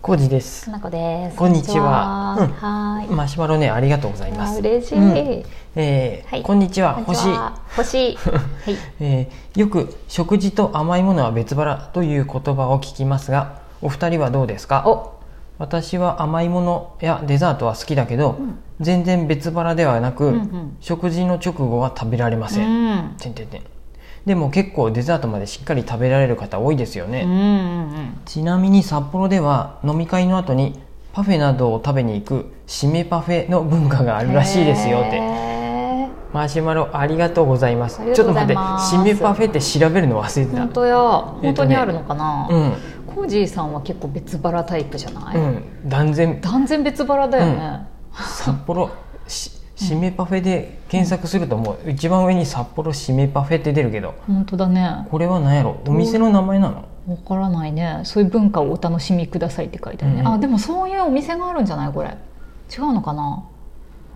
コージですか。なこです。こんにちはこんにちははーい。マシュマロね、ありがとうございまあす。嬉しい。うんえーはいこんにちは、こんに星ち。は 星。はい。えーよく食事と甘いものは別腹という言葉を聞きますが、お二人はどうですか。お、私は甘いものやデザートは好きだけど、うん全然別腹ではなく、うんうん食事の直後は食べられまうせん。ん。てんてんてんでも結構デザートまでしっかり食べられる方多いですよね。うんうんうん。ちなみに札幌では飲み会の後にパフェなどを食べに行く締めパフェの文化があるらしいですよっへてー。マシュマロありがとうございますありがちょとっうとご待ざっいてます締めパフェって調べるの忘れてた本当や。本当にあるのかな。うんコージーさんは結構別腹タイプじゃなうい？ん断然断然別腹だよね。札幌し締めパフェで検索するともう一番上に札幌締めパフェって出るけど本当だね。これは何やろお店の名前なのわからないね。そういう文化をお楽しみくださいって書いてあるね。うんうんあ、でもそういうお店があるんじゃないこれ？違うのかな？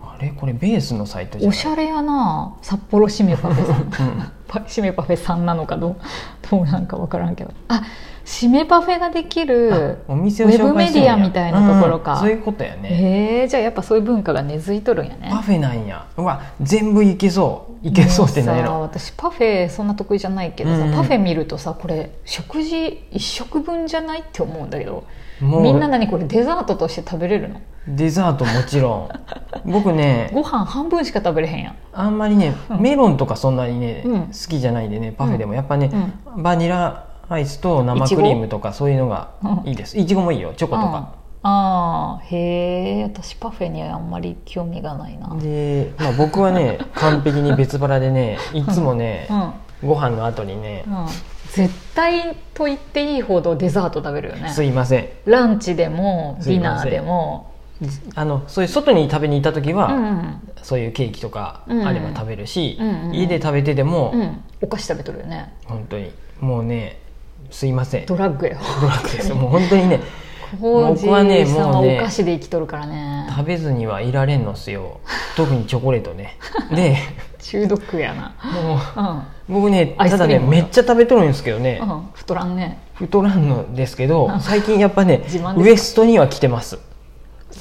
あれこれベースのサイトじゃおないしゃれやな札幌シメパフェさんうんパ シメパフェさんなのかどう どうなんか分からんけどあシメパフェができるお店を紹介してるんやウェブメディアみたいなところかうんそういうことやねへえじゃあやっぱそういう文化が根付いとるんやパねフェなんやうわ全部いけそういけそうってないもうさの私パフェそんな得意じゃないけどさ、うんうんパフェ見るとさこれ食事一食分じゃないって思うんだけどもうみんな何これデザートとして食べれるのデザートもちろ ん僕ねご飯半分しか食べれへんやんあんまりねうんメロンとかそんなにね、うん好きじゃないんでねパフェでもやっぱね、バニラアイスと生いちクごリームとかそういうのがうんいいですいちごもいいよチョコとうんか、あーへえ私パフェにはあんまり興味がないなうんで、まあ、僕はね完璧に別腹でねいつもね、ご飯の後にね、うん絶対と言っていいほどデザート食べるよねすいませんランチでもディナーでもあのそういう外に食べに行った時は、うんそういうケーキとかうんあれば食べるし、うんうんうん家で食べてても、うん、うん、お菓子食べとるよね本当にもうねすいませんドラッグよドラッグですもう本当にねコージ僕はねーさんはもうねお菓子で生きとるからね食べずにはいられんのっすよ特にチョコレートねで中毒やなもうう僕ねアイたスだクリねームめっちゃ食べとるんですけどねん、うん、太らんね太らんのですけどうん最近やっぱね自慢ですウエストには来てます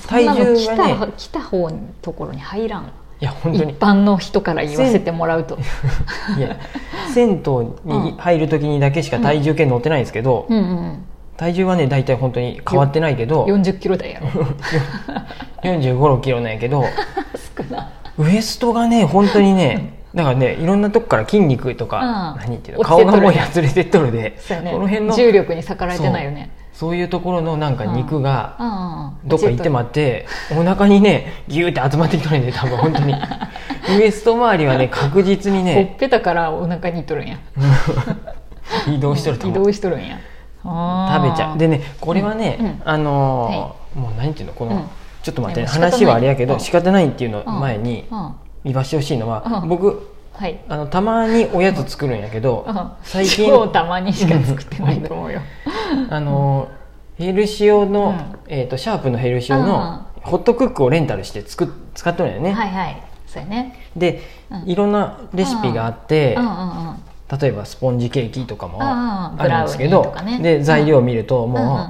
体そんなの重来がねた来た方のところに入らんいや本一当に般の人から言わせてもらうといや銭湯に入る時にだけしか体重計乗ってないんですけど、うんうん体重はね大体本当に変わってないけど40キロ台や ろ4 5 6キロなんやけど少なウエストがね本当にねだからねいろんなとこから筋肉とか、うん何言っていうの落ち顔てっとるがもうやつれてっとるでそうやねこの辺の重力に逆らえてないよねそういうところのなんか肉うがんうんうんどっか行ってもあって、お腹にねギューって集まってきとるんで多分本当 にウエスト周りはね確実にほっねぺたからお腹にいっとるんや移動しとると移思う動しとるんや食べちゃうでねこれはね、うんうんあのーもう何ていうのこの、うんちょっと待って、でも仕方ない話はあれやけどうん仕方ないっていうの前には言わしてほしいのは、うん僕いあのたまにおやつ作るんやけ ど、最近最近超たまにしか作ってないと思うよあのーヘルシオの、うんえー、とシャープのヘルシオのホットクックをレンタルして作っ使っとるんやね、はいはいそうやねで、うんいろんなレシピがあって、うんうんうん例えばスポンジケーキとかもうんうんあるんですけど、ブラウニーとかねで材料を見るとうんうんもう、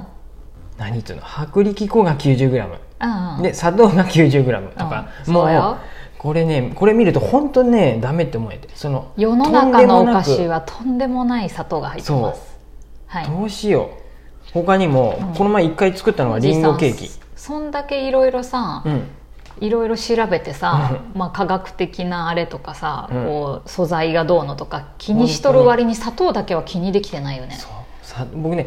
何言っていうの薄力粉が 90g うんうんで砂糖が 90g とか、うんもそうようこれねこれ見ると本当ねダメって思えてその世の中のお菓とんで子もなはとんでもない砂糖が入ってますはいくどうしよう他にも、うんこの前一回作ったのはリンゴケーおキじ、さんそんだけいろいろさうん、いろいろ調べてさ、まあ、科学的なあれとかさ、うんこう素材がどうのとか気にしとる割に砂糖だけは気にできてないよねそうさ僕ね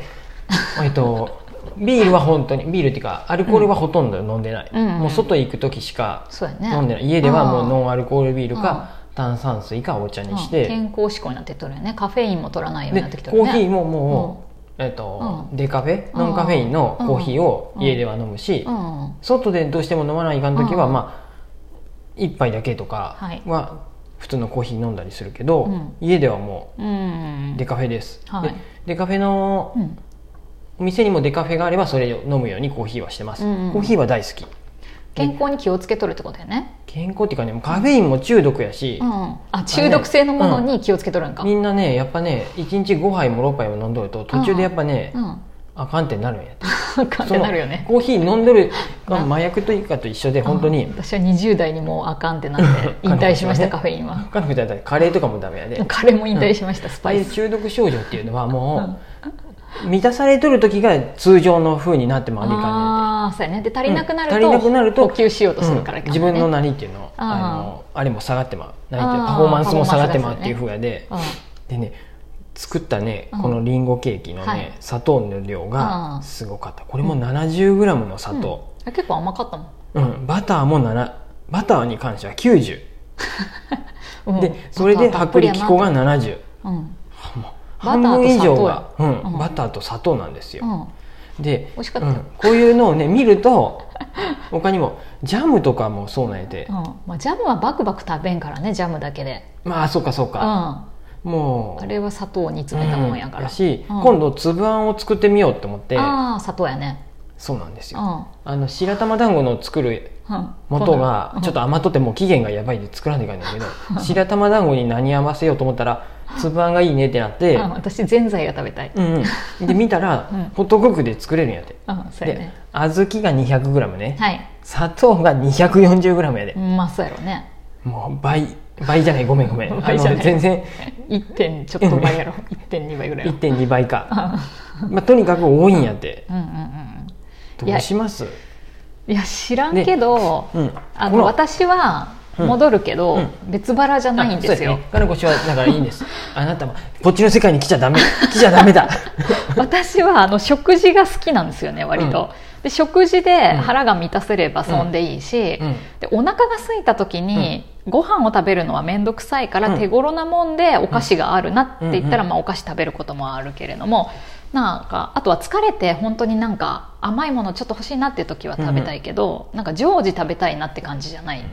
えっとビールは本当にビールっていうかアルコールはほとんど飲んでない、うんうんもう外行く時しかそうやね飲んでない、家ではもうノんンアルコールビールか炭酸水かお茶にして、健康志向になってっとるよねカフェインも取らないようでになってきてるコよーねヒーももう、えっとデカフェノンカフェインのコーヒーを家では飲むし、うんうん外でどうしても飲まないかん時は、うんまあ1杯だけとかはいは普通のコーヒー飲んだりするけど、うん家ではもうんうデカフェです、はいでデカフェのうんお店にもデカフェがあればそれを飲むようにコーヒーはしてます、うんうんコーヒーは大好き健康に気をつけとるってことやね、健康っていうかねもうカフェインも中毒やしう、ん、あ中毒性のものに気をつけとるんか、うんみんなねやっぱね1日5杯も6杯も飲んどると途中でやっぱね、うんあかんってなるんやってそうかってなるよねコーヒー飲んどるが麻薬というかと一緒で本当にあ私は20代にもうあかんってなって引退しましたカフェインは彼女だったらカレーとかもダメやであ彼も引退しました、スあパいイうス中毒症状っていうのはもう満たされとる時が通常の風になってもありかねああそうやねで足りなくなると,、うん足りなくなると補給しようとするから、うん自分のな何っていうのあーあのあれも下がってまう何ていうのあーパフォーマンスも下がってまうっていうパふうやで、あでね作ったねうんこのリンゴケーキのね、はい砂糖の量あがーすごかったこれも 70g の砂糖、あ結構甘かったもんうんバターも7バターに関しては90、うんでそれでバターたっ薄ぷりや力な粉が70うん半分以上が、う、砂糖やうんんバターと砂糖なんですよ、うんで美味しかったようんこういうのをね見ると他にもジャムとかもそうなんやてうん、まあ、ジャムはバクバク食べんからねジャムだけで、まあそうかそううん、か、あもうれは砂糖に詰めたもんやかうんやら、し、うん今度粒あんを作ってみようって思ってああ砂糖やねそうなんですうよ、ん、あの白玉団子の作るうん、元がちょっとと余っとってもう期限がやばいで作らないかんだけど白玉団子に何合わせようと思ったら粒あんがいいねってなって、私ぜんざいが食べたい、うんうん、で見たら、うんホットクックで作れるんやてうん、そうやでね小豆が 200g ね、はい砂糖が 240g やでう、んまあそうやろねもう倍倍じゃないごめんごめんあ 倍じゃないの全然1点ちょっと倍やろ1.2倍ぐらいやろ1.2倍 か、うまあ、とにかく多いんやってんうんうんいどやうしますうんいや知らんけど、うんあこの私は戻るけど、うん別腹じゃないんですよ、あそうやね、かのこ氏はだからいいんです あなたはこっちの世界に来ちゃダメ来ちゃダメだ 私はあの食事が好きなんですよね割と、で食事で腹が満たせればそんでいいし、うんでお腹が空いた時に、ご飯を食べるのは面倒くさいから手頃なもんでお菓子があるなって言ったら、うんまあ、お菓子食べることもあるけれどもなんかあとは疲れて本当になんか甘いものちょっと欲しいなっていう時は食べたいけど、なんか常時食べたいなって感じじゃない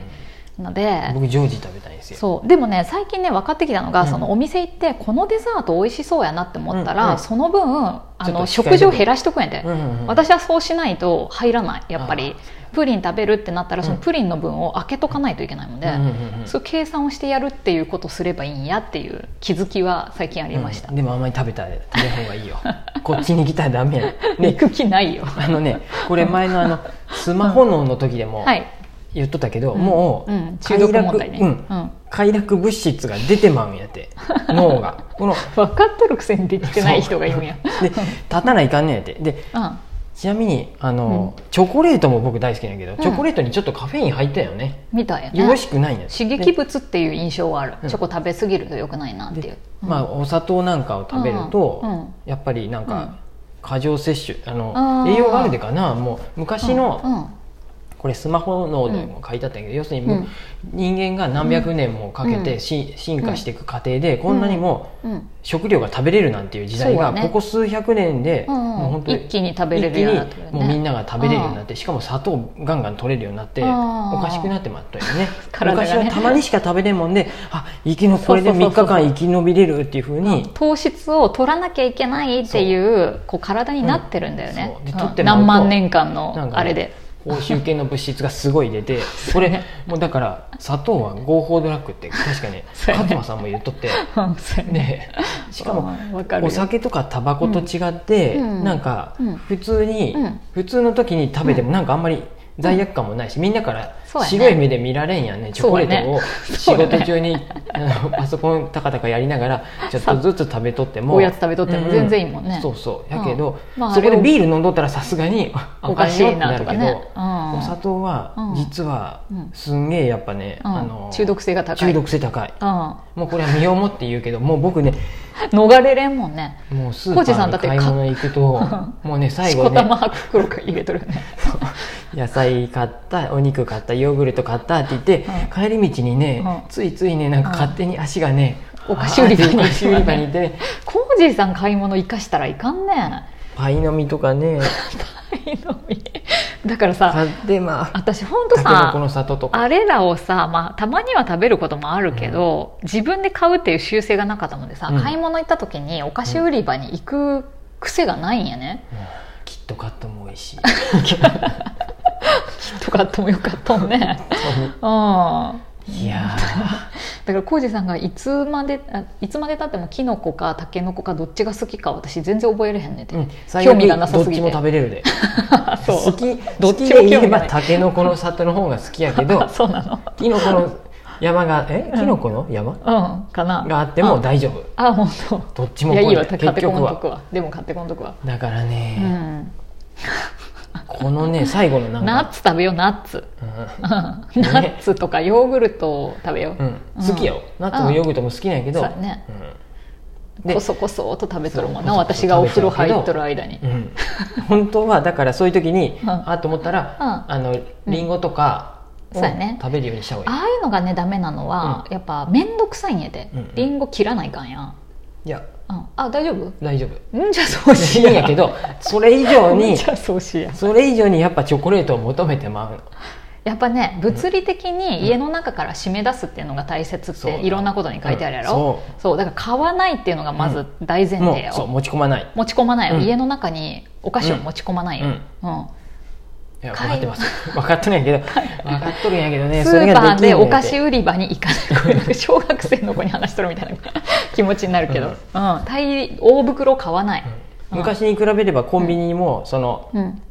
ので、僕ジョージ食べたいんですよそうでもね最近ね分かってきたのが、うんそのお店行ってこのデザート美味しそうやなって思ったら、うんうんその分あちょっと控えてくのる食事を減らしとくんやで、うんうんうん私はそうしないと入らないやっぱりプリン食べるってなったらうんそのプリンの分を開けとかないといけないので、うんうんうんそういう計算をしてやるっていうことをすればいいんやっていう気づきは最近ありました、うんでもあんまり食べたら食べない方がいいよこっちに来たらダメや 行ねく気ないよあのねこれ前のあのスマホ脳の時でもはい言っとったけど、もう、ん中毒問題ね、快楽ううんん、快楽物質が出てまうんや って脳がこの分かっとるくせにできてない人がい るんやで立たないかんねんやってでうんちなみにあの、チョコレートも僕大好きなんやけど、チョコレートにちょっとカフェイン入ったよね、みたいやねよろしくないんやって刺激物っていう印象はある、うんチョコ食べ過ぎると良くないなっていうで、まあ、お砂糖なんかを食べると、うんうんやっぱりなんうんか過剰摂取ああのー栄養があるでかなもう昔の、うんうんこれスマホ脳でも書いてあったんやけど、要するにもううん人間が何百年もかけうてんし、進化していく過程でこんなにもうん食料が食べれるなんていう時代そうがやねここ数百年で、うんもう本当に一気に食べれるようになってるよね一気にもうみんなが食べれるようになってしかも砂糖ガンガン取れるようになってあーおかしくなってまったよね 体がね昔はたまにしか食べれんもんであ生きのこれでそうそうそ3うそう日間生き延びれるっていうふうに糖質を取らなきゃいけないっていうこう体になってるんだよね、うんそうでうん取ってもらうと何万年間なんのかねあれで、口臭系の物質がすごい出 てこれもうだから砂糖は合法ドラッグって確かね そうやね勝間さんも言っとって。うんそうやねね、 しかもうんわかるよお酒とかタバコと違って、うんうんなんかうん普通に、うん普通の時に食べてもなんかあんまり罪悪感もないし、みんなからそうやね白い目で見られんやんねチョコレートをそ仕うやね事中に、 あのパソコンたかたかやりながらちょっとずつ食べとってもおやつ食べとっても全然いいもんねそうそうやけど、うんまあそこあれでをビール飲んどったらさすが におかしいなとかあかんよってなるけねど、うんお砂糖はうん実はうんすんげえやっぱね、うんあの中毒性が高い中毒性高いうん、もうこれは身をもって言うけどもう僕ね逃れれんもんねもうスーコージさパんだーっにて買い物行く とかもうね最し後こたねま袋から入れとるよね野菜買ったお肉買ったヨーグルト買ったって言って、帰り道にね、うんついついねなんか勝手に足がね、お菓子売り場にあーってお菓子売り場に行ってねコージーさん買い物生かしたらいか んね パイの実とかねいいのにだからさ買ってまあ私ほんとたけのさこの里とかあれらをさ、まあ、たまには食べることもあるけど、自分で買うっていう習性がなかったもんでさ、うん買い物行った時にお菓子売り場に行く癖がないんやね、 うんキットカットも美味しいとかあってもよかったもんねうんいやだから浩二さんがいつまであいつまでたってもキノコかタケノコかどっちが好きか私全然覚えれへんねんて、うん、興味がなさすぎてどっちも食べれるで そう好きど好っちきもで言興え味なばいタケノコの里の方が好きやけど そうなのキノコの山がえキノコの山うんかながあっても大丈夫ああ本当どっちもいやいいわこれ買って結局こんとはくわでも買ってこんとくわだからうね、んこのね最後のなんナッか、ツ食べようナッツうん ナッツとかヨーグルトを食べようんうん好きよ、ナッツもヨーグルトも好きなんやけど、そうやねうんでこそこそっと食べとるもんなそうこそこそ私がお風呂入っとる間にうん、 本当はだからそういう時に、うんあと思ったら、うんあのリンゴとかをそうやね食べるようにした方がいい、ああいうのがねダメなのは、やっぱ面倒くさいんやで、うんうんりん、リンゴ切らないかんやん、いやうんあ大丈夫大丈夫うんじゃあそういしいんややけ どそれ以上うんにじゃあそうしやそれ以上にやっぱチョコレートを求めてまうのやっぱね物理的に家の中から締め出すっていうのが大切っそうていろんなことに書いてあるやろ、うんそうだから買わないっていうのがまず大前も提うよ、そう持ち込まない持ち込まないよ、うん家の中にお菓子を持ち込まないよ、うんいや分買いかってます分かっとるんやけど分かっとるんやけどねスそれーパがーきんでのやおて菓子売り場に行かないこれなんか小学生の子に話しとるみたいな 気持ちになるけど、うんうん大大袋買わない、うん昔に比べればコンビニにもそのうん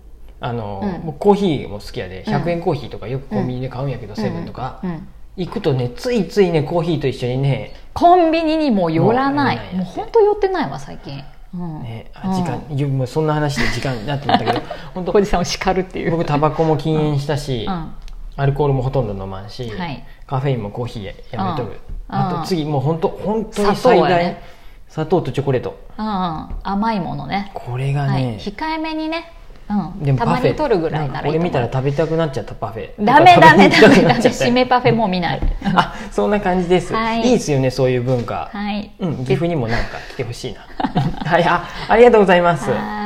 あの、うんもうコーヒーも好きやでうん100円コーヒーとかよくコンビニで買うんやけど、セブンとか、うんうん行くとねついついねコーヒーと一緒にねコンビニにも寄らないもう寄らないもう本当寄ってないわ最近、うんねあうん時間、いやもうそんな話で時間になって思った けど本お当じさんを叱るっていう、僕タバコも禁煙したし、うんアルコールもほとんど飲まんし、はいカフェインもコーヒーやめとる、うんあうんと次もう本当本当に最砂糖や大ね砂糖とチョコレートうん、甘いものねこれがはい、ね、控えめにね、うん、でもたパまフェに取るぐらいならいいと思うんか俺見たら食べたくなっちゃったパフェダメダメダ食べメたくダなっメちゃった締めパフェもう見ないあそんな感じです、はいい、いですよねそういう文化、はい、うん岐阜にもなんか来てほしいなはいあありがとうございますはーい